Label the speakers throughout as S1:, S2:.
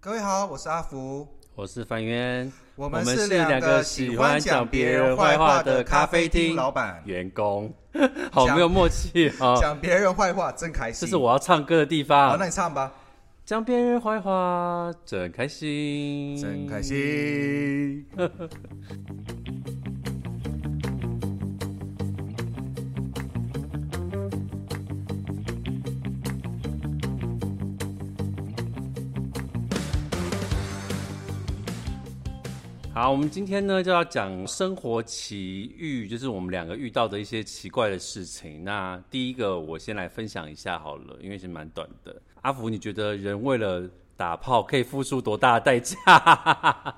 S1: 各位好，我是阿福，
S2: 我是范渊，
S1: 我
S2: 们
S1: 是
S2: 两
S1: 个
S2: 喜
S1: 欢
S2: 讲
S1: 别
S2: 人
S1: 坏
S2: 话
S1: 的
S2: 咖
S1: 啡
S2: 厅
S1: 老板，
S2: 员工， 好
S1: 讲
S2: 没有默 契啊！
S1: 讲别人坏话真开
S2: 这
S1: 心。
S2: 是我要唱歌的地
S1: 好，
S2: 方
S1: 那。你唱吧，
S2: 讲别人坏话，真开心，
S1: 真开。心。
S2: 好，我们今天呢就要讲生活奇遇，就是我们两个遇到的一些奇怪的事情。那第一个我先来分享一下好了，因为是蛮短的。阿福，你觉得人为了打炮可以付出多大的代价？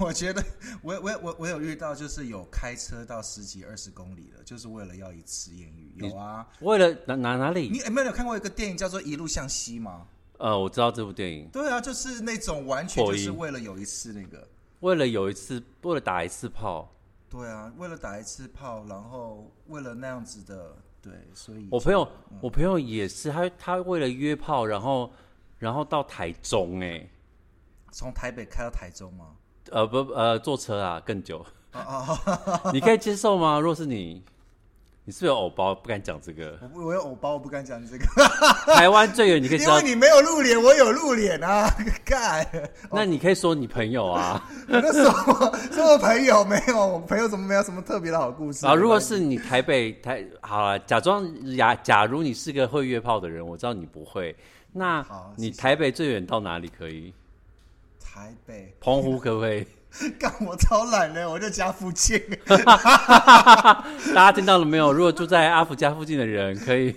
S1: 我觉得我我我我有遇到，就是有开车到十几二十公里的，就是为了要一次艳遇。有啊，
S2: 为了哪哪哪里？
S1: 你哎有没有看过一个电影叫做《一路向西》吗？
S2: 呃，我知道这部电影，
S1: 对啊，就是那种完全就
S2: 破
S1: 是
S2: 音
S1: 为了有一次那个。
S2: 为了有一次，为了打一次炮，
S1: 对啊，为了打一次炮，然后为了那样子的，对，所以
S2: 我朋友，
S1: 嗯
S2: 我朋友也是，他他为了约炮，然后然后到台中、欸，
S1: 从台北开到台中吗？
S2: 呃不呃坐车啊更久，
S1: 哦哦，。
S2: 你可以接受吗？若是你，你是不是有偶包？不敢讲这个
S1: 我不我有偶包，我不敢讲你这个，
S2: 台湾最远你可以 知
S1: 因
S2: 道
S1: 为，你没有露脸，我有露脸啊！干，
S2: 那你可以说你朋友啊。
S1: 我那时候是我朋友没有，我朋友怎么没有什么特别的好故事
S2: 然后如果是你台北台好了，假装假假如你是个会约炮的人，我知道你不会。那
S1: 好
S2: 你台北最远到哪里可以？
S1: 台北，
S2: 澎湖可不可以？
S1: 干我超懒的，我就家附近。
S2: 大家听到了没有？如果住在阿福家附近的人，可以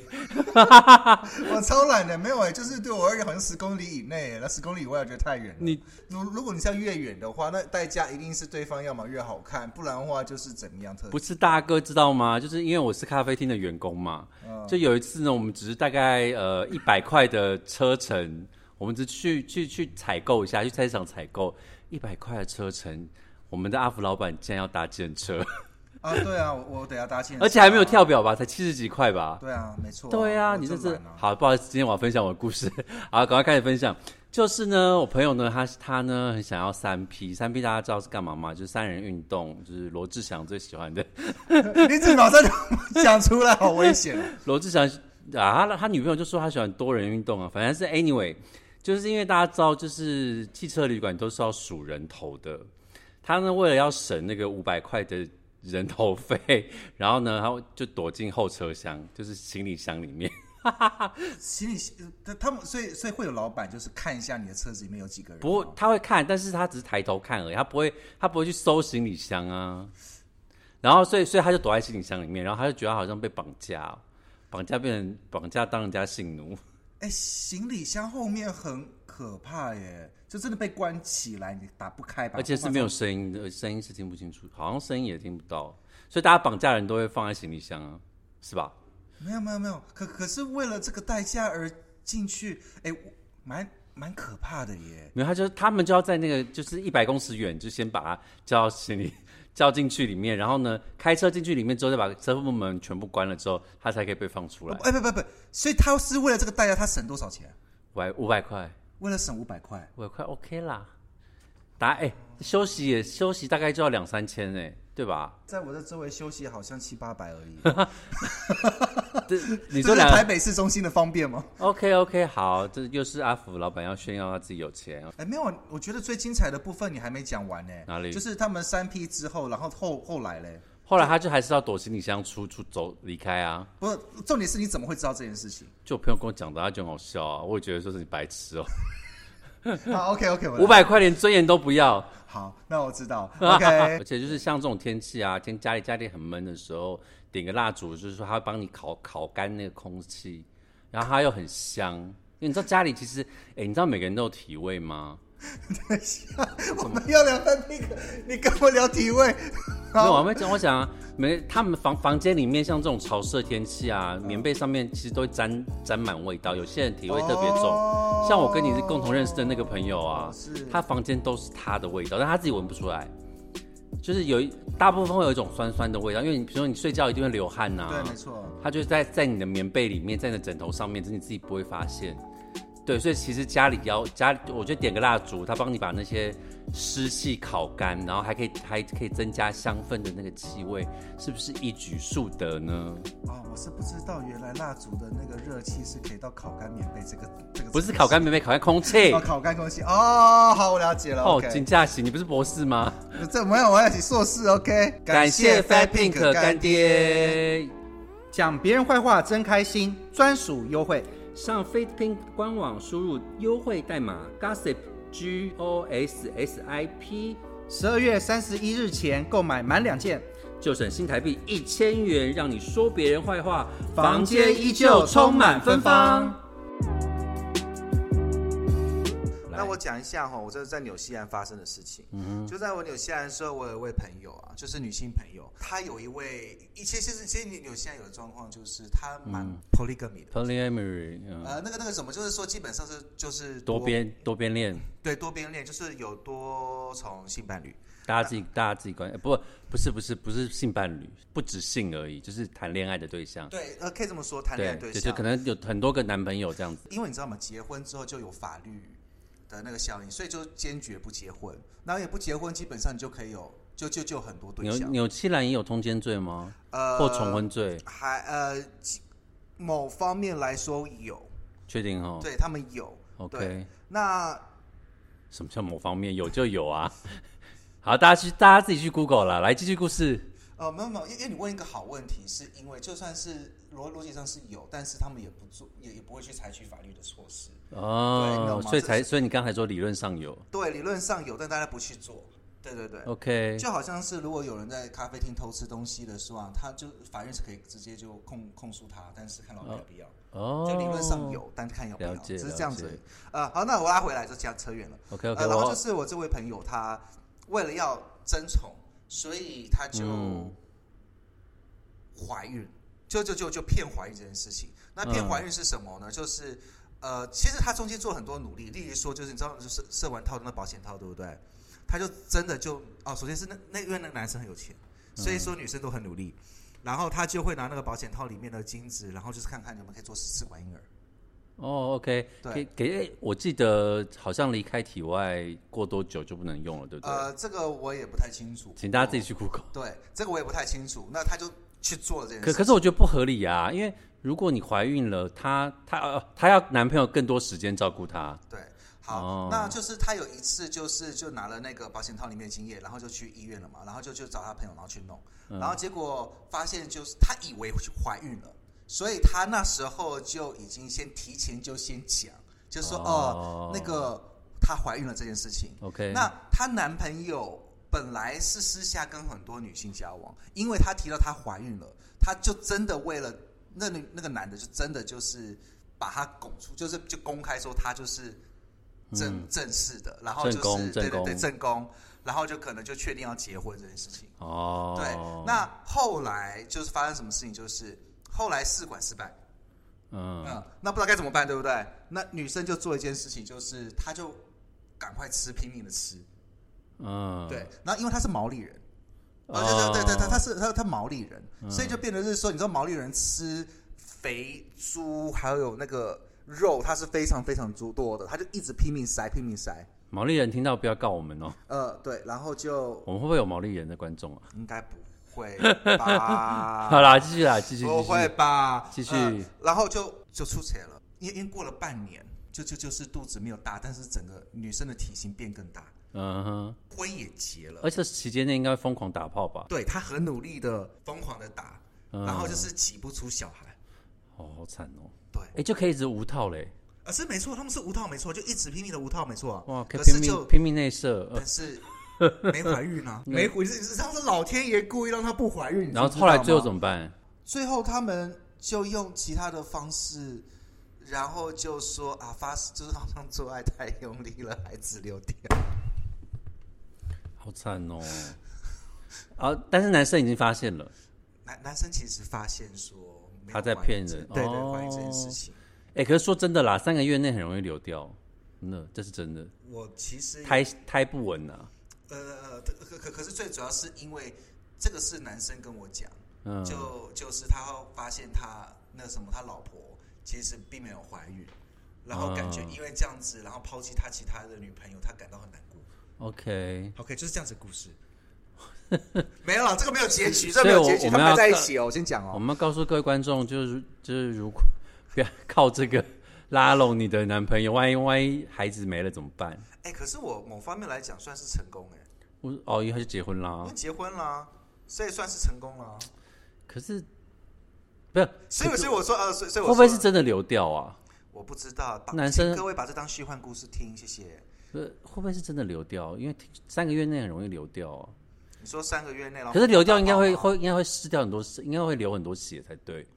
S1: 我超懒的，没有哎、就是对我而言好像十公里以内欸，那十公里以外我觉得太远了。
S2: 你
S1: 如如果你是要越远的话，那代价一定是对方要么越好看，不然的话就是怎么样特
S2: 不是大哥知道吗？就是因为我是咖啡厅的员工嘛，就有一次呢，我们只是大概呃一百块的车程，我们只去去去采购一下，去菜市场采购一百块的车程，我们的阿福老板竟然要搭建车，
S1: 啊，对啊，我我等一下搭线，
S2: 而且还没有。跳表吧，才七十几块吧？
S1: 啊对啊，没错、
S2: 对啊，
S1: 我
S2: 你这
S1: 就是懒啊
S2: 好，不好意思，今天我要分享我的故事，好，赶快开始分享。就是呢，我朋友呢，他他呢很想要三 P，三 P 大家知道是干嘛吗？就是三人运动，就是罗志祥最喜欢的。
S1: 啊 你怎么马上就讲出来，好危险、啊！
S2: 罗志祥啊，他他女朋友就说他喜欢多人运动啊，反正是 anyway，就是因为大家知道，就是汽车旅馆都是要数人头的，他呢为了要省那个五百块的人头费，然后呢他就躲进后车厢，就是行李箱里面，
S1: 行李箱，他他们所以所以会有老板就是看一下你的车子里面有几个人吗，
S2: 不过他会看，但是他只是抬头看而已，他不会他不会去搜行李箱啊，然后所以所以他就躲在行李箱里面，然后他就觉得他好像被绑架哦、绑架变成绑架当人家性奴。
S1: 哎、行李箱后面很可怕耶，就真的被关起来，你打不开吧？
S2: 而且是没有声音的，声音是听不清楚，好像声音也听不到，所以大家绑架人都会放在行李箱啊，是吧？
S1: 没有没有没有，可可是为了这个代价而进去，哎、我蛮蛮可怕的耶。
S2: 没有，他就他们就要在那个就是一百公尺远，就先把他叫到行李 叫进去里面，然后呢，开车进去里面之后，再把车库门全部关了之后，他才可以被放出来。
S1: 哎、不不不，所以他是为了这个代价，他省多少钱？啊
S2: 五百五百块，
S1: 为了省五百块，
S2: 五百块 OK 啦。答哎、休息也休息大概就要两三千哎、对吧？
S1: 在我这周围休息好像七八百而已。
S2: 这 你
S1: 这是
S2: 说两
S1: 台北市中心的方便吗？
S2: OK OK 好，这又是阿福老板要炫耀他自己有钱，哦
S1: 哎，没有，我觉得最精彩的部分你还没讲完呢。
S2: 哪里
S1: 就是他们三 P 之后，然后后后来嘞，
S2: 后来他就还是要躲行李箱出出走离开啊。
S1: 不，重点是你怎么会知道这件事情？
S2: 就我朋友跟我讲的，他觉得很好笑啊，我也觉得说是你 白痴哦、
S1: 好，OK OK，
S2: 五百啊块连尊严都不要。
S1: 好，那我知 道。OK，
S2: 而且就是像这种天气啊，天家里家里很闷的时候，点个蜡烛，就是说他会帮你烤烤干那个空气，然后它又很香。因为你知道家里其实，哎、你知道每个人都有体味吗？
S1: 我们要聊三 P，你跟我聊体 位，
S2: 没有，我没讲，我想啊，每他们房房间里面像这种潮湿的天气啊，棉被上面其实都会沾沾满味道，有些人体味特别重。
S1: 哦
S2: 像我跟你是共同认识的那个朋友啊
S1: 是，
S2: 他房间都是他的味道，但他自己闻不出来。就是有一大部分会有一种酸酸的味道，因为你比如说你睡觉一定会流汗呐、
S1: 对，没错。
S2: 它就在在你的棉被里面，在你的枕头上面，只是你自己不会发现。对，所以其实家里要家里，我觉得点个蜡烛，它帮你把那些湿气烤干，然后还可以还可以增加香氛的那个气味，是不是一举数得呢？
S1: 哦，我是不知道原来蜡烛的那个热气是可以到烤干棉被这个这个
S2: 不是烤干棉被，烤干空气
S1: 哦，。烤干空气哦，好，我了解了。
S2: 哦，
S1: OK，
S2: 请假行，你不是博士吗？
S1: 这没有，我要起硕士。OK，
S2: 感谢
S1: Fat
S2: Fat Pink 干。爹。
S3: 讲别人坏话真开心，专属优惠。
S2: 上 Fat Pink 官网输入优惠代码 Gossip G O S S I P，
S3: 十二月三十一日前购买满两件，
S2: 就省新台币一千元，让你说别人坏话，
S3: 房间依旧充满芬芳。
S1: 那我讲一下哈，我这是在纽西兰发生的事情。
S3: 嗯
S1: 就在我纽西兰的时候，我有一位朋友啊，就是女性朋友，她有一位，其实其实其实纽西兰有的状况就是她蛮
S3: 嗯
S1: polygamy 的。
S2: polyamory，嗯，
S1: 呃，那个那个什么，就是说基本上是就是
S2: 多边多边恋，
S1: 对多边恋，就是有多重性伴侣。
S2: 大家自己大家自己关，呃不不是不是不是性伴侣，不止性而已，就是谈恋爱的对象，
S1: 对，呃，可以这么说，谈恋爱
S2: 对，
S1: 对
S2: 就
S1: 象
S2: 是可能有很多个男朋友这样子。
S1: 因为你知道吗？结婚之后就有法律的那个效应，所以就坚决不结婚。然后也不结婚，基本上你就可以有就就就有很多对
S2: 纽
S1: 象，
S2: 纽西兰也有通奸罪吗？
S1: 呃，
S2: 或重婚罪？
S1: 还呃其某方面来说有，
S2: 确定哦
S1: 对他们有。
S2: ？OK，
S1: 对那
S2: 什么叫某方面有就有啊？ 好，大家去大家自己去 Google 啦，来继续故事。
S1: 呃，没有没有，因为因为你问一个好问题，是因为就算是逻逻辑上是有，但是他们也不做，也也不会去采取法律的措施。对你
S2: 哦
S1: 懂，吗
S2: 所以
S1: 这
S2: 才所以你刚才说理论上有
S1: 对，理论上有，但大家不去做。对对对。
S2: OK，
S1: 就好像是如果有人在咖啡厅偷吃东西的时候啊，他就法院是可以直接就控控诉他，但是看老板要不要。
S2: 哦，
S1: 就理论上有，但看要不要，
S2: 了解
S1: 只是这样子
S2: 了
S1: 而
S2: 解
S1: 已。呃，好，那我拉回来，就这样扯远了。
S2: OK OK，
S1: 呃，然后
S2: 我
S1: 就是我这位朋友，他为了要争宠，所以他就
S2: 嗯
S1: 怀孕，就就就就骗怀孕这件事情。那骗
S2: 嗯
S1: 怀孕是什么呢？就是呃，其实他中间做了很多努力，例如说，就是你知道，就是设完套那保险套，对不对？他就真的就哦，首先是那那因为那个男生很有钱，所以说
S2: 嗯
S1: 女生都很努力。然后他就会拿那个保险套里面的精子，然后就是看看你们可以做试试管婴儿。
S2: 哦，OK，
S1: 对
S2: 给给，诶我记得好像离开体外过多久就不能用了，对不对？
S1: 呃，哦这个我也不太清楚，
S2: 请大家自
S1: 己。
S2: 己去 Google。
S1: 对，这个我也不太清楚。那他就去做了这件事
S2: 可
S1: 情。
S2: 可是我觉得不合理啊，因为如果你怀孕了，她她呃她要男朋友更多时间照顾她，
S1: 对，好，
S2: 哦
S1: 那就是他有一次就是就拿了那个保险套里面的精液，然后就去医院了嘛，然后就去找他朋友，然后去弄，
S2: 嗯
S1: 然后结果发现就是他以为怀孕了，所以他那时候就已经先提前就先讲，就说
S2: 哦
S1: 哦、那个她怀孕了这件事情。
S2: OK，
S1: 那她男朋友本来是私下跟很多女性交往，因为她提到她怀孕了，她就真的为了那女那个男的，就真的就是把她拱出，就是就公开说她就是正、正式的，然后就是
S2: 嗯正宫
S1: 对对
S2: 正宫
S1: 对正宫，然后就可能就确定要结婚这件事情。
S2: 哦，
S1: 对，那后来就是发生什么事情，就是后来试管失败。
S2: 嗯
S1: 嗯，那不知道该怎么办，对不对？那女生就做一件事情，就是她就赶快吃，拼命的吃，
S2: 嗯，
S1: 对，然后因为他是毛利人，
S2: 哦嗯
S1: 哦，对对对对，他他是他他毛利人，所以就变得是说，你知道毛利人吃肥猪还有那个肉，它是非常非常诸多的，他就一直拼命塞拼命塞，
S2: 毛利人听到不要告我们哦，
S1: 呃，对，然后就
S2: 我们会不会有毛利人的观众啊？
S1: 应该不会
S2: 好
S1: 吧，
S2: 啦，继续啦，继续，
S1: 不啊
S2: 继
S1: 会
S2: 续，
S1: 吧，
S2: 继续
S1: 呃然后就就出血了，因为因为过了半年，就就就是肚子没有大，但是整个女生的体型变更大，
S2: 嗯哼，
S1: 婚也结了。
S2: 而且期间内应该疯狂打炮吧？
S1: 对他很努力的、疯狂的打，
S2: 嗯
S1: 然后就是挤不出小孩。
S2: 哦，好惨哦，
S1: 对，
S2: 哎，就可以一直无套嘞，
S1: 啊是没错，他们是无套没错，就一直拼命的无套没错。啊
S2: 哇，可以
S1: 可
S2: 拼
S1: 是
S2: 命
S1: 就
S2: 拼命内射，呃
S1: 但是没怀孕 啊，没怀，是是他是老天爷故意让她不怀孕。
S2: 然后后来最后
S1: 么？
S2: 怎么办？
S1: 最后他们就用其他的方式。然后就说啊，发就是好像做爱太用力了，孩子流掉。
S2: 好惨哦！啊，但是男生已经发现了，
S1: 男男生其实发现说没有
S2: 他在
S1: 怀孕
S2: 骗
S1: 这
S2: 人
S1: 对对，
S2: 哦
S1: 怀孕这件事情，
S2: 哎、可是说真的啦，三个月内很容易流掉，真的，这是真的，
S1: 我其实
S2: 胎胎不稳啊，
S1: 呃，可可可可是最主要是因为这个是男生跟我讲，
S2: 嗯，
S1: 就就是他发现他那什么，他老婆其实并没有怀孕，然后感觉
S2: 嗯
S1: 因为这样子，然后抛弃他其他的女朋友，他感到很难过。
S2: OK，
S1: OK，就是这样子的故 事。没有了，这个没有结局，这
S2: 所
S1: 个
S2: 以
S1: 没有
S2: 我
S1: 结局，
S2: 我
S1: 他们
S2: 们
S1: 还
S2: 要
S1: 在一
S2: 看
S1: 起哦。我先讲
S2: 我
S1: 哦，
S2: 们要告诉各位观众，就是就是如果 不要靠这个拉拢你的男朋友，万一万一孩子没了怎么办？
S1: 哎、可是我某方面来讲算是成功哎、
S2: 我哦，因为他就结婚啦
S1: 因为。结婚啦，所以算是成功啦。
S2: 可是不是
S1: 所以，所以我说，呃，所以，所以
S2: 会
S1: 我
S2: 不
S1: 说
S2: 会是真的流掉啊？
S1: 我不知道，把
S2: 男生
S1: 请各位把这当虚幻故事听，谢谢。
S2: 不是会不会是真的流掉？啊因为三个月内很容易流掉啊。
S1: 你说三个月内，然后
S2: 可是流掉应该会
S1: 打炮吗
S2: 会应该会失掉很多，应该会流很多血才对，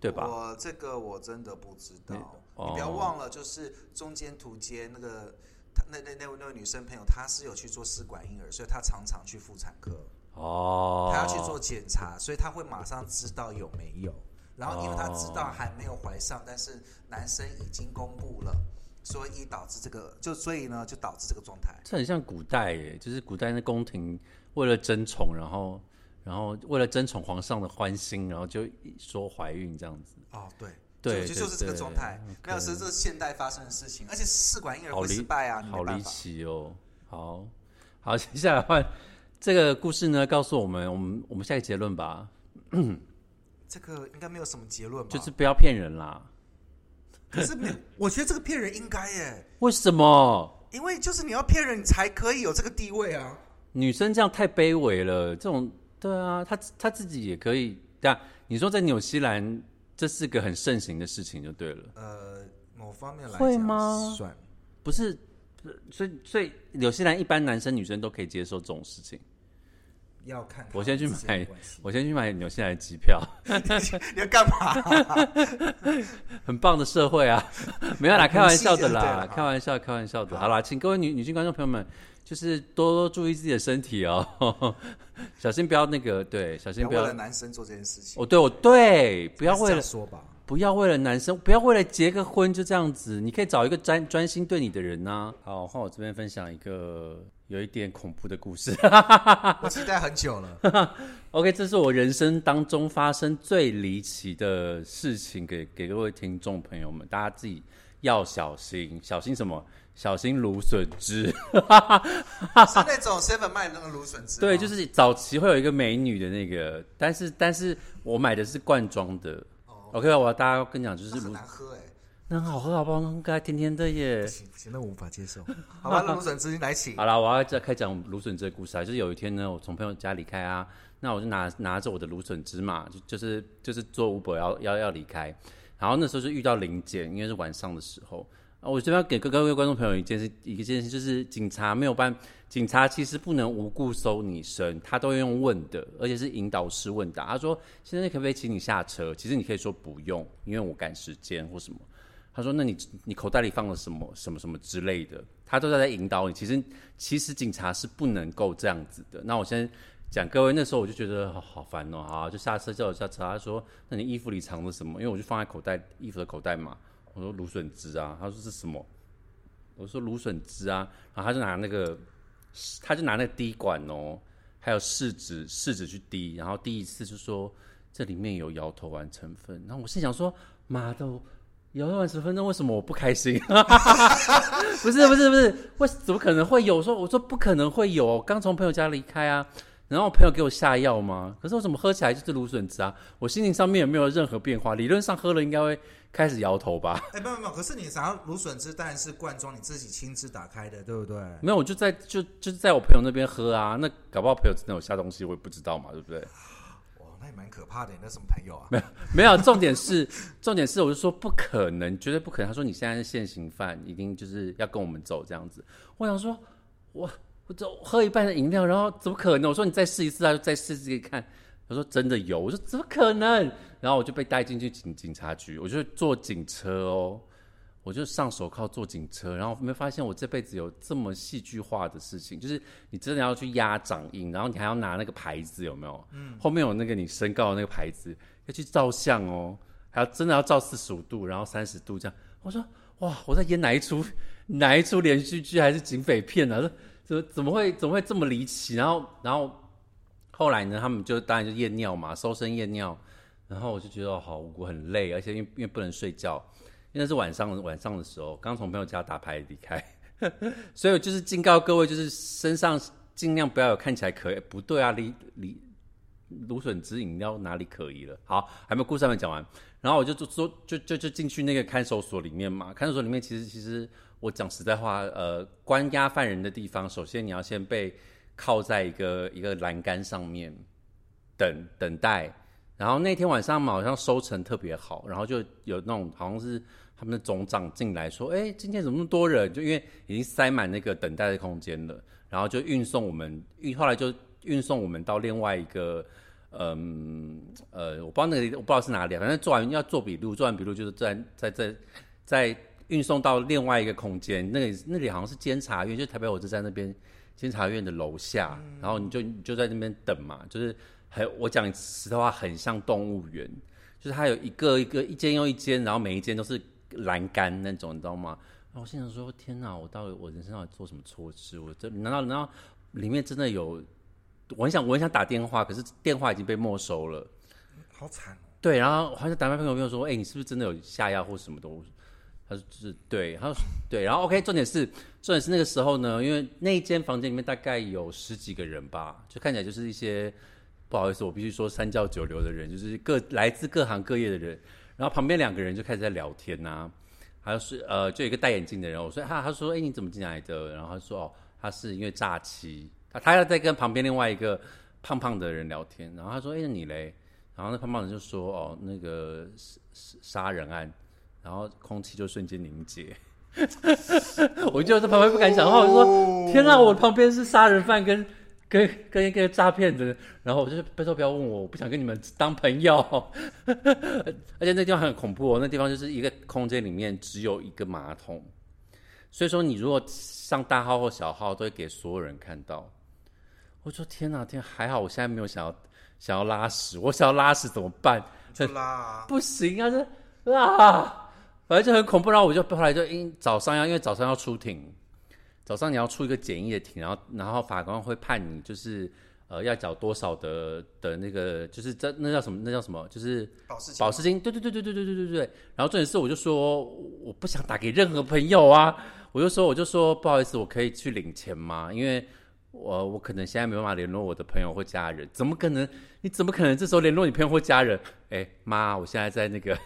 S2: 对吧？
S1: 我这个我真的不知道，
S2: 哦
S1: 你不要忘了，就是中间途间那个。她那那那位那位女生朋友，她是有去做试管婴儿，所以她常常去妇产科。
S2: 哦，
S1: 他要去做检查，所以他会马上知道有没有。然后因为他知
S2: 哦
S1: 道还没有怀上，但是男生已经公布了，所以导致这个就所以呢就导致这个状态。
S2: 这很像古代耶，就是古代那宫廷为了争宠，然后然后为了争宠皇上的欢心，然后就说怀孕这样子，
S1: 哦，对，
S2: 对
S1: 就就就是这个状态。没有，是这是现代发生的事情，而且试管婴儿
S2: 好
S1: 会
S2: 离
S1: 失败啊，你
S2: 好
S1: 没办
S2: 离
S1: 法。
S2: 奇哦。好好， 接下来换这个故事呢，告诉我们，我们我们下一个结论吧，
S1: 这个应该没有什么结论吧？
S2: 就是不要骗人啦。
S1: 可是没有，我觉得这个骗人应该耶，
S2: 为什么
S1: 因为就是你要骗人，你才可以有这个地位啊。
S2: 女生这样太卑微了？这种对啊，她她自己也可以。但你说在纽西兰，这是个很盛行的事情就对了。
S1: 呃，某方面来
S2: 会
S1: 讲
S2: 吗
S1: 算
S2: 不是，所以所以纽西兰一般男生女生都可以接受这种事情。
S1: 要看他
S2: 我先去
S1: 们之间的
S2: 买
S1: 关系
S2: 我先去买纽西兰的机票，
S1: 你要干嘛？
S2: 很棒的社会啊！ 没有啦，开玩笑
S1: 很
S2: 的
S1: 细致对
S2: 啦
S1: 啦，
S2: 开玩笑，开玩笑的。好啦，请各位女女性观众朋友们，就是多多注意自己的身体哦， 小心不要那个，对，小心
S1: 要
S2: 不
S1: 为
S2: 要
S1: 了。男生做这件事情，
S2: 哦，对，我对，不
S1: 不
S2: 要为了
S1: 说吧。
S2: 不要为了男生，不要为了结个婚就这样子，你可以找一个专专心对你的人呐、好，换我这边分享一个有一点恐怖的故事。啊
S1: 我期待很久了，
S2: OK，这是我人生当中发生最离奇的事情给，给各位听众朋友们，大家自己要小心，小心什么？小心芦笋汁。
S1: 是那种 seven 卖的那个芦笋汁吗。
S2: 对，就是早期会有一个美女的那个，但是但是我买的是罐装的。OK，我要大家跟你讲，就是
S1: 那很
S2: 芦，
S1: 难喝哎，
S2: 那很好喝，好不好？那很可爱，甜甜的耶
S1: 不。行不行，那我无法接受。好吧，那芦笋汁你来请
S2: 好。啦，我要再开讲芦笋汁的故事啊。就是有一天呢，我从朋友家离开啊，那我就拿拿着我的芦笋汁嘛，就就是就是做 u b 要要要离开。然后那时候就遇到林检，因为是晚上的时候。啊，我这边要给各各位观众朋友一件事，一件事就是警察没有办，警察其实不能无故搜你身，他都要用问的，而且是引导式问答。他说：“先生，可不可以请你下车？”其实你可以说不用，因为我赶时间或什么。他说：“那你你口袋里放了什么什么什么之类的？”他都在在引导你。其实其实警察是不能够这样子的。那我先讲各位，那时候我就觉得好好烦哦，好、就下车叫我下车。他说：“那你衣服里藏着什么？”因为我就放在口袋衣服的口袋嘛。我说芦笋汁啊，他说是什么？我说芦笋汁啊，然后他就拿那个，他就拿那个滴管哦，还有试纸试纸去滴，然后第一次就说这里面有摇头丸成分，然后我心想说妈的。摇头丸成分，那为什么我不开心？ 不是不是不是，为怎么可能会有？我说我说不可能会有，我刚从朋友家离开啊，然后我朋友给我下药嘛，可是我怎么喝起来就是芦笋汁啊？我心情上面也没有任何变化，理论上喝了应该会开始摇头吧？
S1: 哎，没有没有，可是你想要芦笋汁，当然是罐装，你自己亲自打开的，对不对？
S2: 没有，我就在就就是在我朋友那边喝啊，那搞不好朋友真的有下东西，我也不知道嘛，对不对？
S1: 哇，那也蛮可怕的，你那什么朋友啊？
S2: 没有，重点是 重点是，我就说不可能，绝对不可能。他说你现在是现行犯，一定就是要跟我们走这样子。我想说，我我走喝一半的饮料，然后怎么可能？我说你再试一次，他就再试试看。他说真的有，我说怎么可能？然后我就被带进去警警察局，我就坐警车哦，我就上手铐坐警车，然后没发现我这辈子有这么戏剧化的事情，就是你真的要去压掌印，然后你还要拿那个牌子有没有？嗯，后面有那个你身高的那个牌子，要去照相哦，还要真的要照四十五度，然后三十度这样。我说哇，我在演哪一出 哪一出连续剧还是警匪片啊？这怎么怎么会怎么会这么离奇？然后然后后来呢，他们就当然就验尿嘛，搜身验尿，然后我就觉得哦好无辜，很累，而且因为因为不能睡觉，因为那是晚上晚上的时候，刚从朋友家打牌离开， 所以我就是警告各位，就是身上尽量不要有看起来可疑，不对啊，离离芦笋汁饮料哪里可疑了？好，还没有故事还没讲完，然后我就就说就就就进去那个看守所里面嘛，看守所里面其实其实我讲实在话，呃，关押犯人的地方，首先你要先被靠在一个一个栏杆上面等等待。然后那天晚上他们好像收成特别好，然后就有那种好像是他们的总长进来说：“哎，今天怎么那么多人？”就因为已经塞满那个等待的空间了，然后就运送我们，运后来就运送我们到另外一个，嗯呃，我不知道那个地我不知道是哪里啊，反正做完要做笔录，做完笔录就是在在在在运送到另外一个空间，那里那里好像是监察院，就是台北火车站那边监察院的楼下，然后你就你就在那边等嘛，就是很我讲实在话，很像动物园，就是它有一个一个一间又一间，然后每一间都是栏杆那种，你知道吗？然后我心想说：天哪，我到底我人生到底做什么错事？我这难道难道里面真的有？我很想我很想打电话，可是电话已经被没收了。
S1: 好惨哦！
S2: 对，然后还是打电话朋友说，哎、你是不是真的有下药或什么的？我他说就是对，他说对，然后 OK，重点是重点是那个时候呢，因为那一间房间里面大概有十几个人吧，就看起来就是一些不好意思，我必须说三教九流的人，就是各来自各行各业的人。然后旁边两个人就开始在聊天呐、还有是呃，就有一个戴眼镜的人，我说他他说哎、你怎么进来的？然后他说哦，他是因为诈欺，他他要在跟旁边另外一个胖胖的人聊天，然后他说哎、那你嘞？然后那胖胖人就说哦那个是是杀人案，然后空气就瞬间凝结。 我就在旁边不敢讲话，我就说天啊，我旁边是杀人犯跟跟跟一个诈骗的人，然后我就是拜托不要问我，我不想跟你们当朋友。 而且那地方很恐怖哦，那地方就是一个空间里面只有一个马桶，所以说你如果上大号或小号都会给所有人看到。我说天哪、天，还好我现在没有想要想要拉屎， 我想要拉屎怎么办？
S1: 就拉啊，
S2: 不行啊，这啊，反正就很恐怖。然后我就后来就因早上要，因为早上要出庭，早上你要出一个简易的庭，然后然后法官会判你就是呃要缴多少的的那个，就是这那叫什么？那叫什么？就是
S1: 保释金
S2: 保释金，对对对对对对对对对。然后重点是，我就说我不想打给任何朋友啊，我就说我就说不好意思，我可以去领钱吗？因为我我可能现在没办法联络我的朋友或家人，怎么可能？你怎么可能这时候联络你朋友或家人？哎妈，我现在在那个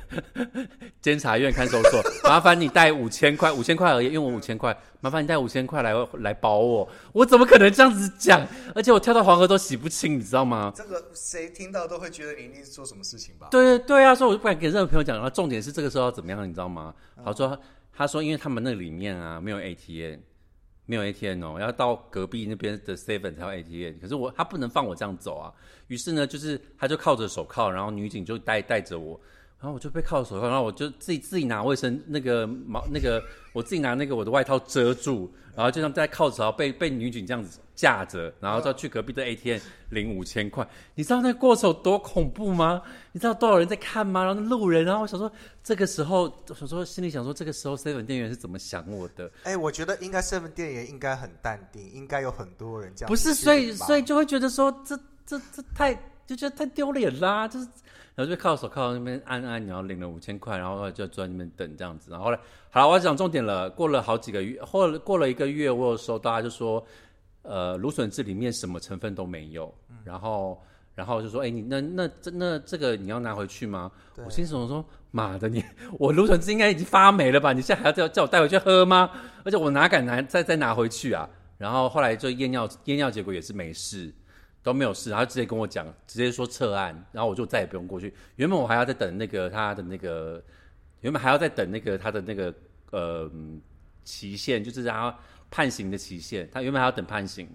S2: 监察院看守所，麻烦你带五千块，五千块而已，因为我五千块，麻烦你带五千块来来保我，我怎么可能这样子讲？而且我跳到黄河都洗不清，你知道吗？
S1: 这个谁听到都会觉得你一定是做什么事情吧？
S2: 对对啊，所以我就不敢给任何朋友讲。然后重点是这个时候要怎么样，你知道吗？他说，他说，因为他们那里面啊没有 ATM，没有 ATM 哦，要到隔壁那边的 Seven 才有 ATM。可是我他不能放我这样走啊。于是呢，就是他就靠着手铐，然后女警就带带着我，然后我就被铐着手铐，然后我就自己自己拿卫生那个毛那个，我自己拿那个我的外套遮住，然后就像在铐着，然后被被女警这样子架着，然后再去隔壁的 ATM 领五千块。你知道那个过程有多恐怖吗？你知道多少人在看吗？然后那路人，然后我想说，这个时候，我想说心里想说，这个时候 seven 店员是怎么想我的？
S1: 哎，我觉得应该 seven 店员应该很淡定，应该有很多人这样。
S2: 不是，所以所以就会觉得说，这这这太就觉得太丢脸啦，就是然后就靠手铐那边按按，然后领了五千块，然后就坐在那边等这样子。然后后来好了，我要讲重点了。过了好几个月，或过了一个月，我有收到，他就说，呃，芦笋汁里面什么成分都没有，然后。然后就说：“哎、你那那这那这个你要拿回去吗？”我心想说：“妈的你， 我芦笋汁应该已经发霉了吧？你现在还要叫叫我带回去喝吗？而且我哪敢拿再再拿回去啊？”然后后来就验尿验尿结果也是没事，都没有事，然后直接跟我讲，直接说撤案，然后我就再也不用过去。原本我还要再等那个他的那个，原本还要再等那个他的那个呃嗯期限，就是他判刑的期限，他原本还要等判刑，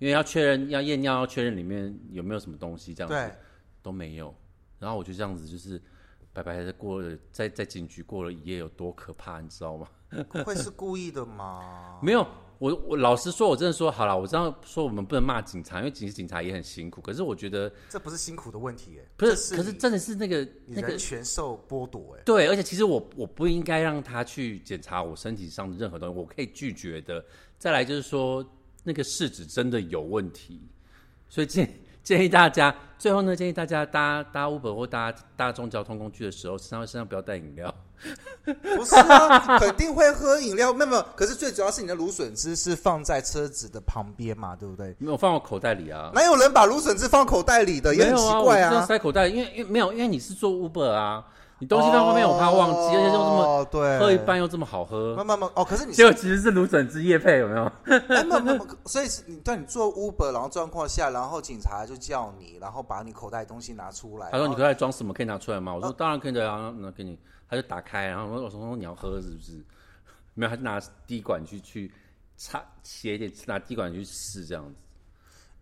S2: 因为要确认要验尿，要确认里面有没有什么东西这样子。
S1: 对，
S2: 都没有。然后我就这样子，就是白白的过了，在在警局过了一夜，有多可怕，你知道吗？
S1: 会是故意的吗？
S2: 没有，我我老实说，我真的说好了，我知道说我们不能骂警察，因为其实警察也很辛苦。可是我觉得
S1: 这不是辛苦的问题，哎，
S2: 不是，
S1: 这是
S2: 可是
S1: 你
S2: 真的是那个
S1: 你
S2: 那个
S1: 人权受剥夺， 哎，
S2: 对，而且其实我我不应该让他去检查我身体上的任何东西，我可以拒绝的。再来就是说，那个试纸真的有问题，所以今建议大家，最后呢，建议大家搭搭 Uber 或搭大众交通工具的时候，身上身上不要带饮料。
S1: 不是啊，肯定会喝饮料，没有没有。可是最主要是你的芦笋汁是放在车子的旁边嘛，对不对？
S2: 没有放我口袋里啊，
S1: 哪有人把芦笋汁放口袋里的？也
S2: 没
S1: 很
S2: 有
S1: 奇
S2: 啊，我
S1: 怪
S2: 这样
S1: 啊。
S2: 塞口袋，因为因为没有，因为你是做 Uber 啊，你东西放外面我怕忘记，而且又这么
S1: 哦对，
S2: 喝一半又这么好喝
S1: 慢，慢慢哦，可是你
S2: 结果其实是芦笋汁叶配有 没有？
S1: 哎，没有没有，没有所以是你对你做 Uber，然后状况下，然后警察就叫你，然后把你口袋东西拿出来。
S2: 他说
S1: 然
S2: 你
S1: 后
S2: 口袋装什么可以拿出来吗？
S1: 哦
S2: 我说当然可以的啊，那给你，他就打开，然后我说你要喝是不是？没有，他就拿滴管去去插斜一点，拿滴管去试这样子。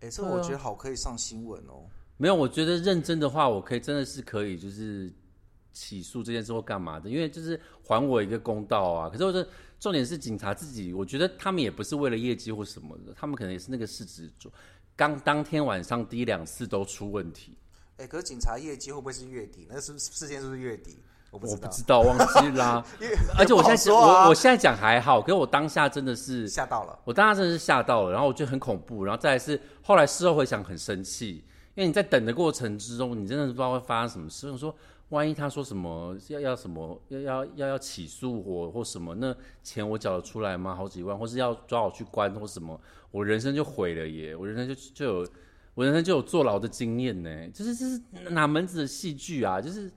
S1: 哎，这我觉得好可以上新闻哦。
S2: 没有，我觉得认真的话，我可以真的是可以，就是起诉这件事或干嘛的，因为就是还我一个公道啊。可是我觉得重点是警察自己，我觉得他们也不是为了业绩或什么的，他们可能也是那个市值刚当天晚上第一两次都出问题，
S1: 哎，可是警察业绩会不会是月底？那是不是事件是不是月底？我不
S2: 我
S1: 知
S2: 不
S1: 道，
S2: 知道忘记啦、
S1: 因为
S2: 而且我现
S1: 也
S2: 在讲、
S1: 啊不好说啊
S2: 我我现在讲还好，可是我当下真的是，
S1: 吓到了。
S2: 我当下真的是吓到了，然后我觉得很恐怖，然后再来是后来事后回想很生气，因为你在等的过程之中，你真的不知道会发生什么事。我说，万一他说什么要要什么要要要要起诉我或什么，那钱我缴得出来吗？好几万，或是要抓我去关或什么，我人生就毁了耶！我人生就就有我人生就有坐牢的经验呢，就是这是哪门子的戏剧啊？就是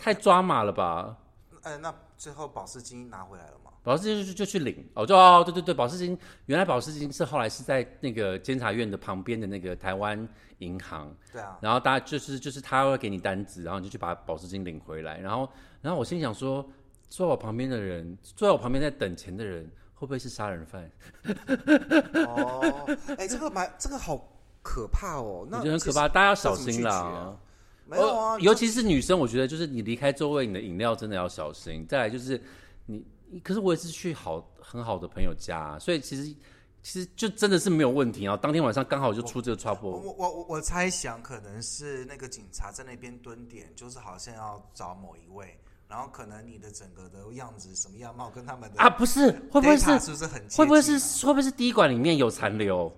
S2: 太抓马了吧！
S1: 哎，那最后保释金拿回来了吗？
S2: 保释金就就去领哦，就哦，对对对，保释金原来保释金是后来是在那个监察院的旁边的那个台湾银行，
S1: 对啊，
S2: 然后大家就是就是他会给你单子，然后你就去把保释金领回来，然后然后我心想说，坐在我旁边的人，坐在我旁边在等钱的人，会不会是杀人犯？
S1: 哦，哎，这个蛮这个好可怕哦。
S2: 我
S1: 那
S2: 觉得很可
S1: 其实。
S2: 怕，大家要小心
S1: 那
S2: 啦。哦
S1: 怎么拒绝啊没有啊
S2: 呃，尤其是女生，我觉得就是你离开座位，你的饮料真的要小心。再来就是你，可是我也是去好很好的朋友家、啊所以其实其实就真的是没有问题啊。当天晚上刚好就出这个
S1: 我
S2: trouble，
S1: 哦我我我猜想可能是那个警察在那边蹲点，就是好像要找某一位，然后可能你的整个的样子什么样貌跟他们的
S2: 啊，不是，会不会是
S1: data 是不是很接近啊
S2: 会不会是会不会是滴管里面有残留？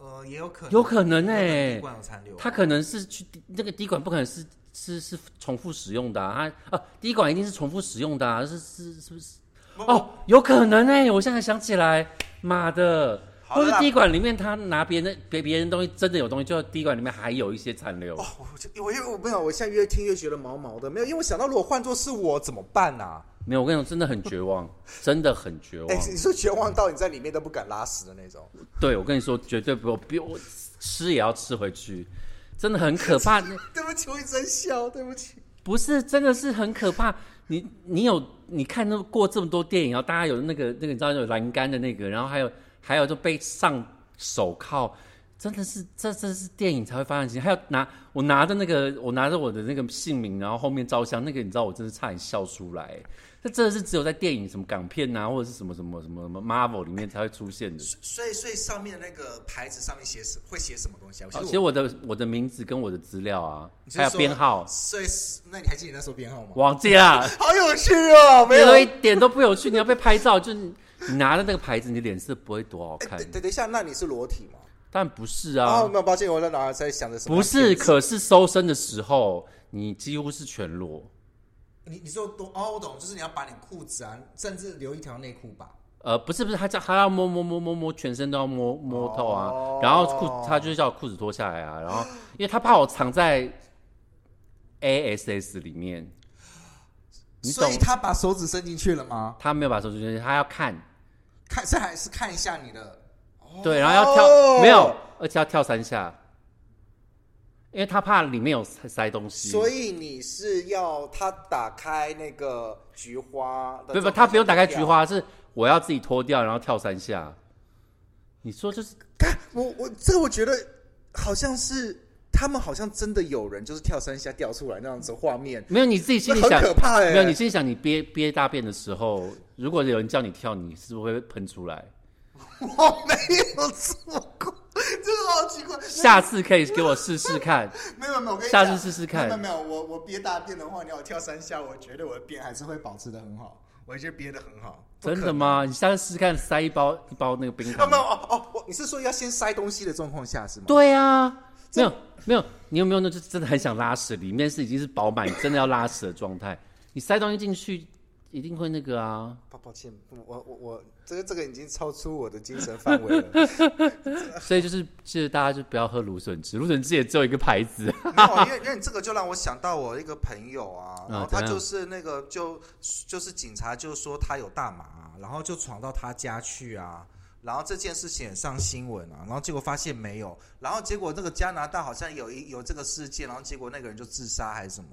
S1: 呃也有可能
S2: 有可能
S1: 呢、
S2: 欸
S1: 滴管有残留，
S2: 它可能是去那个滴管不可能是是是重复使用的啊，它啊滴管一定是重复使用的啊，是是是不是？哦，有可能哎、我现在想起来，妈的，
S1: 好
S2: 或
S1: 了
S2: 是
S1: 啦
S2: 滴管里面他拿别人的别别人东西真的有东西，就滴管里面还有一些残留。
S1: 哦，我就我因为我没有，我现在越听越觉得毛毛的，没有，因为我想到如果换作是我怎么办啊？
S2: 没有，我跟你讲，真的很绝 望，真的很绝望
S1: 哎、。你说绝望到你在里面都不敢拉屎的那种，
S2: 对，我跟你说，绝对不比我吃也要吃回去，真的很可 怕。
S1: 对不起，我一直在笑，对不起。
S2: 不是，真的是很可怕。你你有你看那过这么多电影，然后大家有那个那个你知道有栏杆的那个，然后还有还有就被上手铐，真的是这这是电影才会发生的事情。还有拿我拿着那个我拿着我的那个姓名，然后后面照相那个，你知道我真的差点笑出来。这真的是只有在电影什么港片啊，或者是什么什么什么什么 Marvel 里面才会出现的。
S1: 所以，所以上面的那个牌子上面写什会写什么东西啊？
S2: 好
S1: 我
S2: 其实我的我的名字跟我的资料啊，
S1: 你是
S2: 还有
S1: 说
S2: 编号，
S1: 所以是那你还记得你那时候编号吗？
S2: 忘记了。
S1: 好有趣哦，没
S2: 你
S1: 有。
S2: 都
S1: 哎
S2: 一点都不有趣，你要被拍照，就是你拿着那个牌子，你脸色不会多好看。
S1: 等等一下，那你是裸体吗？
S2: 但不是
S1: 哎哦，
S2: 啊，
S1: 没有，抱歉，我在脑在想着什么？
S2: 不是，，可是搜身的时候，你几乎是全裸。
S1: 你你说懂哦，我懂，就是你要把你裤子啊，甚至留一条内裤吧。
S2: 呃，不是不是，他叫他要摸摸摸摸摸，全身都要摸摸透啊。
S1: 哦
S2: 然后裤他就叫我裤子脱下来啊，然后因为他怕我藏在 ASS 里面，你懂
S1: 所以他把手指伸进去了吗？
S2: 他没有把手伸进去，他要看，
S1: 看，这还是看一下你的。
S2: 对，然后要
S1: 哦
S2: 跳没有，而且要跳三下，因为他怕里面有塞塞东西。
S1: 所以你是要他打开那个菊花的？
S2: 不不，他不用打开菊。花，
S1: 啊
S2: 是我要自己脱掉，然后跳三下。你说就是
S1: 看我我这个我觉得好像是他们好像真的有人就是跳三下掉出来那样子的画面，
S2: 没有你自己心里
S1: 那
S2: 想，
S1: 很可怕欸
S2: 没有你心里想，你憋憋大便的时候，如果有人叫你跳，你是不是会喷出来？
S1: 我没有做过，这个好奇怪。
S2: 下次可以给我试试看。
S1: 没有没有，我跟你
S2: 下
S1: 讲
S2: 次试试看
S1: 没有没有，我我憋大便的话，你要我跳三下，我觉得我的便还是会保持的很好，我觉得憋的很好。不可
S2: 真的？吗？你下次试试看，塞一包一包那个冰
S1: 哦
S2: 糖
S1: 没。有哦哦，我你是说要先塞东西的状况下是吗？
S2: 对啊，没有没有，你有没有那就是真的很想拉屎，里面是已经是饱满，真的要拉屎的状态，你塞东西进去一定会那个啊。
S4: 抱抱歉，我我我这个这个已经超出我的精神范围了。
S2: 所以就是记得大家就不要喝芦笋汁，芦笋汁也只有一个牌子。
S1: 没有，因为因为你这个就让我想到我一个朋友啊，然后他
S2: 怎样
S1: 就是那个就就是警察就说他有大麻啊、然后就闯到他家去啊，然后这件事情也上新闻啊，然后结果发现没有，然后结果那个加拿大好像有一有这个事件，然后结果那个人就自杀还是什么，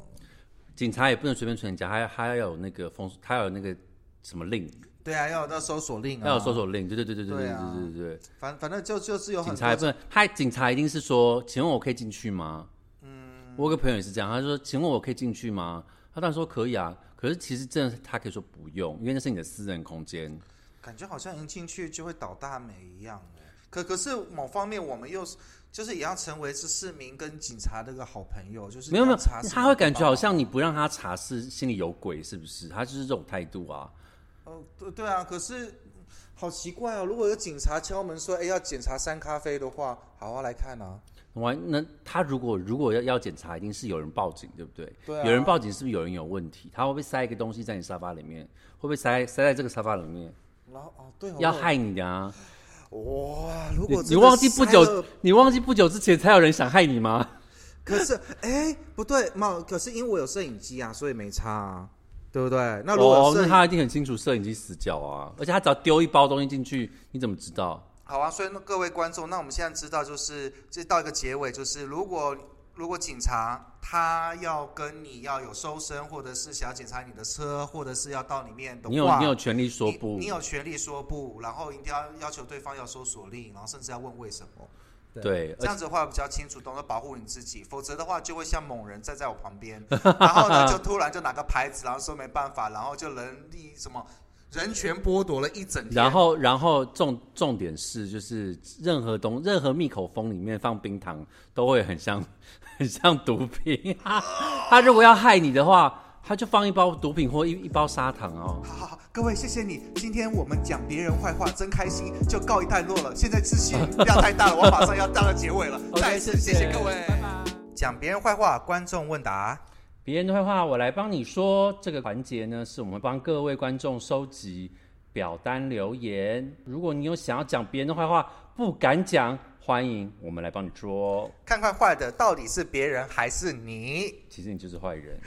S2: 警察也不能随便存家，还还要有那个封，他有那个什么令，
S1: 对啊，要有那搜索令啊，
S2: 要有搜，索令。对对对对对
S1: 对
S2: 对
S1: 啊
S2: 对对对
S1: 反反正就就是有
S2: 对，警
S1: 很
S2: 察也
S1: 多
S2: 不能，他警察一定是说，请问我可以进去吗？嗯，我有个朋友也是这样，他就说，请问我可以进去吗？他当然说可以啊，可是其实真的他可以说不用，因为那是你的私人空间。
S1: 感觉好像一进去就会倒大霉一样欸。可可是某方面我们又是就是也要成为是市民跟警察的一个好朋友，就是
S2: 没有没有
S1: 要查，什么
S2: 他会感
S1: 都
S2: 觉好
S1: 帮忙
S2: 像你不让他查是心里有鬼，是不是？他就是这种态度啊。
S1: 哦，对对啊，可是好奇怪哦，如果有警察敲门说，哎，要检查三咖啡的话，好啊，来看啊。
S2: 我那他如果如果要要检查，一定是有人报警，对不对？
S1: 对啊
S2: 有人报警是不是有人有问题？他会不会塞一个东西在你沙发里面？会不会塞塞在这个沙发里面？
S1: 然后哦，对哦，
S2: 要
S1: 我
S2: 害你的啊！
S1: 哇！如
S2: 你
S1: 果
S2: 你
S1: 真的
S2: 忘记不
S1: 塞
S2: 久
S1: 了，
S2: 你忘记不久之前才有人想害你吗？
S1: 可是哎，不对，嘛，可是因为我有摄影机啊，所以没差啊，对不对？ 那如果
S2: 哦，
S1: 摄
S2: 那
S1: 影、
S2: 他一定很清楚摄影机死角啊！而且他只要丢一包东西进去，你怎么知道？
S1: 好啊，所以那各位观众，那我们现在知道，就是这到一个结尾，就是如果如果警察他要跟你要有搜身，或者是想要检查你的车，或者是要到里面的话，
S2: 你有你有权利说
S1: 你
S2: 不
S1: 你，有权利说不，然后一定要要求对方要搜索令，然后甚至要问为什么。
S2: 对，而
S1: 这样子的话比较清楚，懂得保护你自己，否则的话就会像某人 站在我旁边，然后呢就突然就拿个牌子，然后说没办法，然后就人力什么人权剥夺了一整天。
S2: 然后，然后重重点是，就是任何东任何密口风里面放冰糖，都会很像很像毒品。 他如果要害你的话，他就放一包毒品或一一包砂糖哦。
S1: 好好好，各位谢谢你，今天我们讲别人坏话真开心，就告一段落了。现在资 讯量太大了，我马上要到了结尾了。再次谢谢各位，拜拜。讲别人坏话，观众问答。
S2: 别人的坏话我来帮你说。这个环节呢，是我们帮各位观众收集表单留言。如果你有想要讲别人的坏话不敢讲，欢迎我们来帮你说。
S1: 看看坏的到底是别人还是你。
S2: 其实你就是坏人。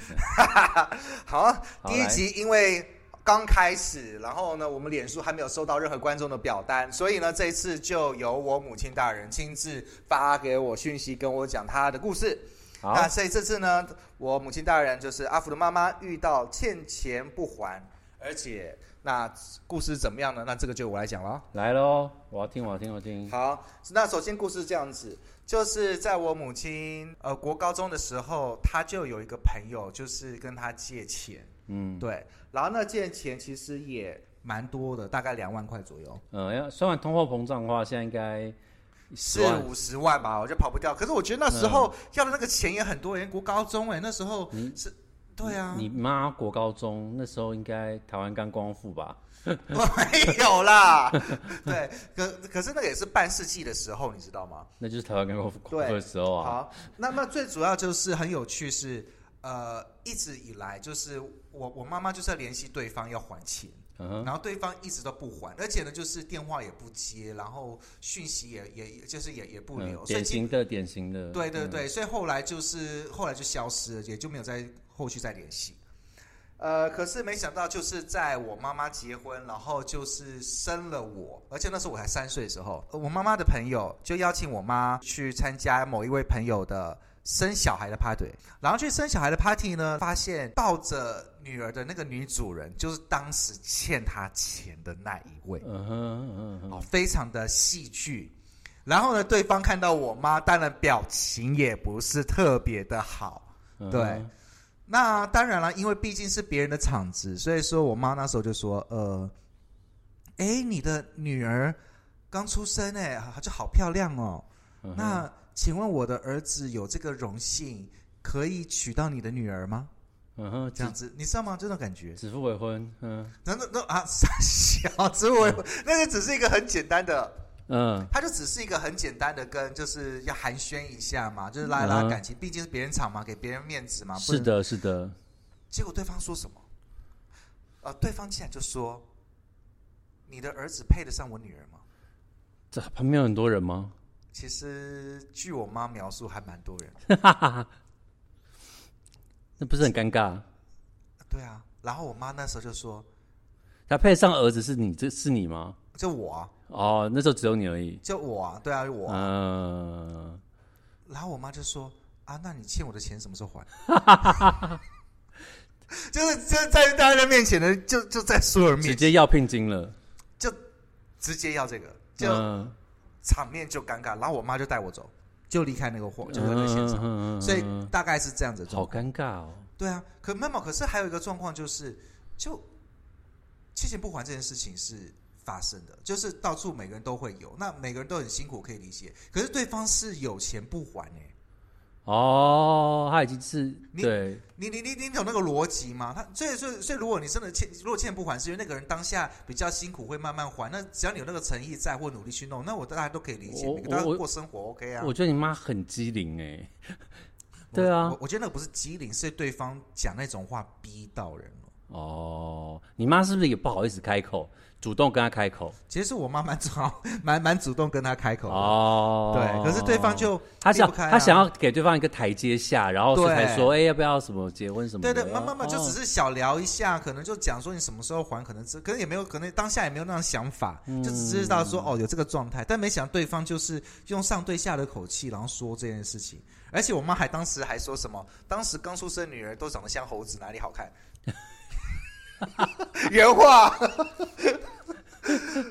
S1: 好，
S2: 好
S1: 第一集因为刚开始，然后呢，我们脸书还没有收到任何观众的表单，所以呢，这一次就由我母亲大人亲自发给我讯息，跟我讲她的故事。
S2: 好，
S1: 那所以这次呢，我母亲大人就是阿福的妈妈遇到欠钱不还，而且那故事怎么样呢？那这个就我来讲了。
S2: 来喽，我要听，我要听，我要听。
S1: 好，那首先故事这样子，就是在我母亲呃国高中的时候，她就有一个朋友，就是跟她借钱，
S2: 嗯。
S1: 对，然后那借钱其实也蛮多的，大概两万块左右，
S2: 呃，要算完通货膨胀的话，现在应该
S1: 四
S2: 万嗯
S1: 五十万吧，我就跑不掉。可是我觉得那时候要的那个钱也很多，人国高中哎、那时候是，对啊，
S2: 你妈国高中那时候应该台湾刚光复吧？
S1: 没有啦， 对，可可是那个也是半世纪的时候，你知道吗？
S2: 那就是台湾刚光复
S1: 对
S2: 的时候啊。
S1: 好，那么最主要就是很有趣是，呃，一直以来就是我我妈妈就是要联系对方要还钱，
S2: 嗯哼，
S1: 然后对方一直都不还，而且呢就是电话也不接，然后讯息也也也就是也也不
S2: 嗯
S1: 留，所以
S2: 典
S1: 基
S2: 型的典型的。
S1: 对对
S2: 嗯，
S1: 对，所以后来就是后来就消失了，也就没有在后续再联系。呃，可是没想到，就是在我妈妈结婚，然后就是生了我，而且那时候我才三岁的时候，呃我妈妈的朋友就邀请我妈去参加某一位朋友的生小孩的 party，然后去生小孩的 party 呢，发现抱着女儿的那个女主人，就是当时欠她钱的那一位。
S2: 嗯哼嗯哼，
S1: 哦，非常的戏剧。然后呢，对方看到我妈，当然表情也不是特别的好。
S2: 嗯哼
S1: 对，那当然了，因为毕竟是别人的场子，所以说我妈那时候就说：“呃，哎，你的女儿刚出生哎、好就好漂亮哦。
S2: 嗯哼
S1: 那请问我的儿子有这个荣幸可以娶到你的女儿吗？
S2: 嗯哼，
S1: 这
S2: 指
S1: 样子，你知道吗？这种感觉。”
S2: 指腹为婚，嗯
S1: 那那那啊，傻小子，我那个只是一个很简单的
S2: 嗯，
S1: 他就只是一个很简单的跟就是要寒暄一下嘛，就是拉一拉
S2: 嗯
S1: 感情，毕竟是别人场嘛，给别人面子嘛。不
S2: 是
S1: 能。
S2: 的，是的，
S1: 结果对方说什么？呃，对方竟然就说：“你的儿子配得上我女儿吗
S2: 这旁边有很多人吗？？”
S1: 其实据我妈描述，还蛮多人。
S2: 那不是很尴尬？
S1: 对啊，然后我妈那时候就说
S2: 他配上儿子是你，这是你吗？：“
S1: 就我啊，
S2: 哦，那时候只有你而已。
S1: 就我啊，对啊，我啊。
S2: 嗯，
S1: 然后我妈就说：“啊，那你欠我的钱什么时候还？” 就是就在大家面前的，就就在所有人
S2: 直
S1: 面前
S2: 接要聘金了。
S1: 直接要这个，就
S2: 嗯，
S1: 场面就尴尬。然后我妈就带我走，就离开那个货，就离开那个现场。
S2: 场
S1: 所以大概是这样子的状
S2: 嗯好
S1: 况。
S2: 尴尬哦。
S1: 对啊，可没有，可是还有一个状况就是，就欠钱不还这件事情是发生的，就是到处每个人都会有，那每个人都很辛苦，可以理解。可是对方是有钱不还哎、
S2: 哦，他已经是
S1: 你
S2: 对，
S1: 你你你你懂那个逻辑吗？他所以所以所以，如果你真的欠，如果欠不还，是因为那个人当下比较辛苦，会慢慢还。那只要你有那个诚意在或努力去弄，那我大家都可以理解，
S2: 我
S1: 每个大家
S2: 我
S1: 过生活 OK 啊。
S2: 我觉得你妈很机灵哎。
S1: 我
S2: 对啊
S1: 我，我觉得那个不是机灵，是对方讲那种话逼到人了。
S2: 哦，你妈是不是也不好意思开口，主动跟他开口？
S1: 其实我妈蛮主蛮蛮主动跟他开口的，
S2: 哦，
S1: 对，可是对方就
S2: 他
S1: 避不
S2: 想
S1: 开啊
S2: 他想要给对方一个台阶下，然后所以才说，哎，要不要什么结婚什么
S1: 对
S2: 的？哦
S1: 对，妈妈妈就只
S2: 是
S1: 是小聊一下，可能就讲说你什么时候还，可能是可能也没有，可能当下也没有那样想法，
S2: 嗯
S1: 就只知道说哦有这个状态，但没想到对方就是用上对下的口气，然后说这件事情，而且我妈还当时还说什么，当时刚出生的女儿都长得像猴子，哪里好看？
S4: 原话。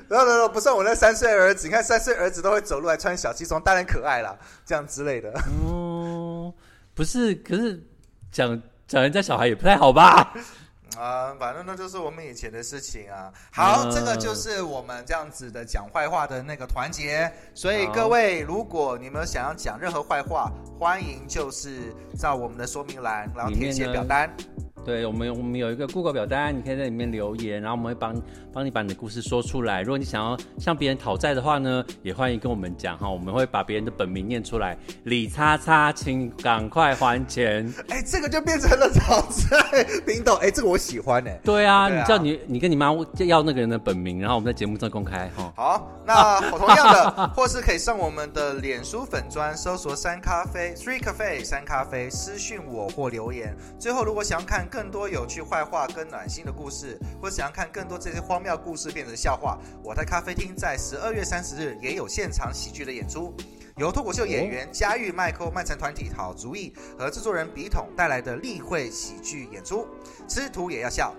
S4: 然后，然后不算我那三岁儿子，你看三岁儿子都会走路，还穿小西装，当然可爱啦，这样之类的。
S2: 哦，不是，可是讲讲人家小孩也不太好吧？
S1: 啊、反正那就是我们以前的事情啊。好，
S2: 嗯
S1: 这个就是我们这样子的讲坏话的那个团结。所以
S2: 好
S1: 各位，如果你们想要讲任何坏话，欢迎就是照我们的说明栏，然后填写
S2: 里面呢
S1: 表单。
S2: 对我们，我们有一个 Google 表单，你可以在里面留言，然后我们会帮帮你把你的故事说出来。如果你想要向别人讨债的话呢，也欢迎跟我们讲哈，我们会把别人的本名念出来。李叉叉，请赶快还钱。
S4: 哎，这个就变成 了炒菜冰冻。哎，这个我喜欢哎、
S2: 对啊，
S1: 对啊
S2: 你叫你你跟你妈要那个人的本名，然后我们在节目上公开哈。
S1: 好，那同样的，或是可以上我们的脸书粉砖搜索“三咖啡 ”（Three Cafe） 三咖啡，私讯我或留言。最后，如果想要看更多有趣坏话跟暖心的故事，或想要看更多这些荒谬故事变成笑话，我在咖啡厅在十二月三十日也有现场喜剧的演出。由脱口秀演员嘉玉、麦克、曼城团体好主意和制作人笔筒带来的例会喜剧演出，吃土也要笑。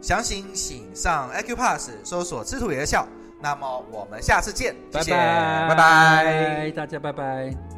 S1: 详情请上 IQ Pass 搜索“吃土也要笑”。那么我们下次见，谢谢，拜拜
S2: 大家拜拜。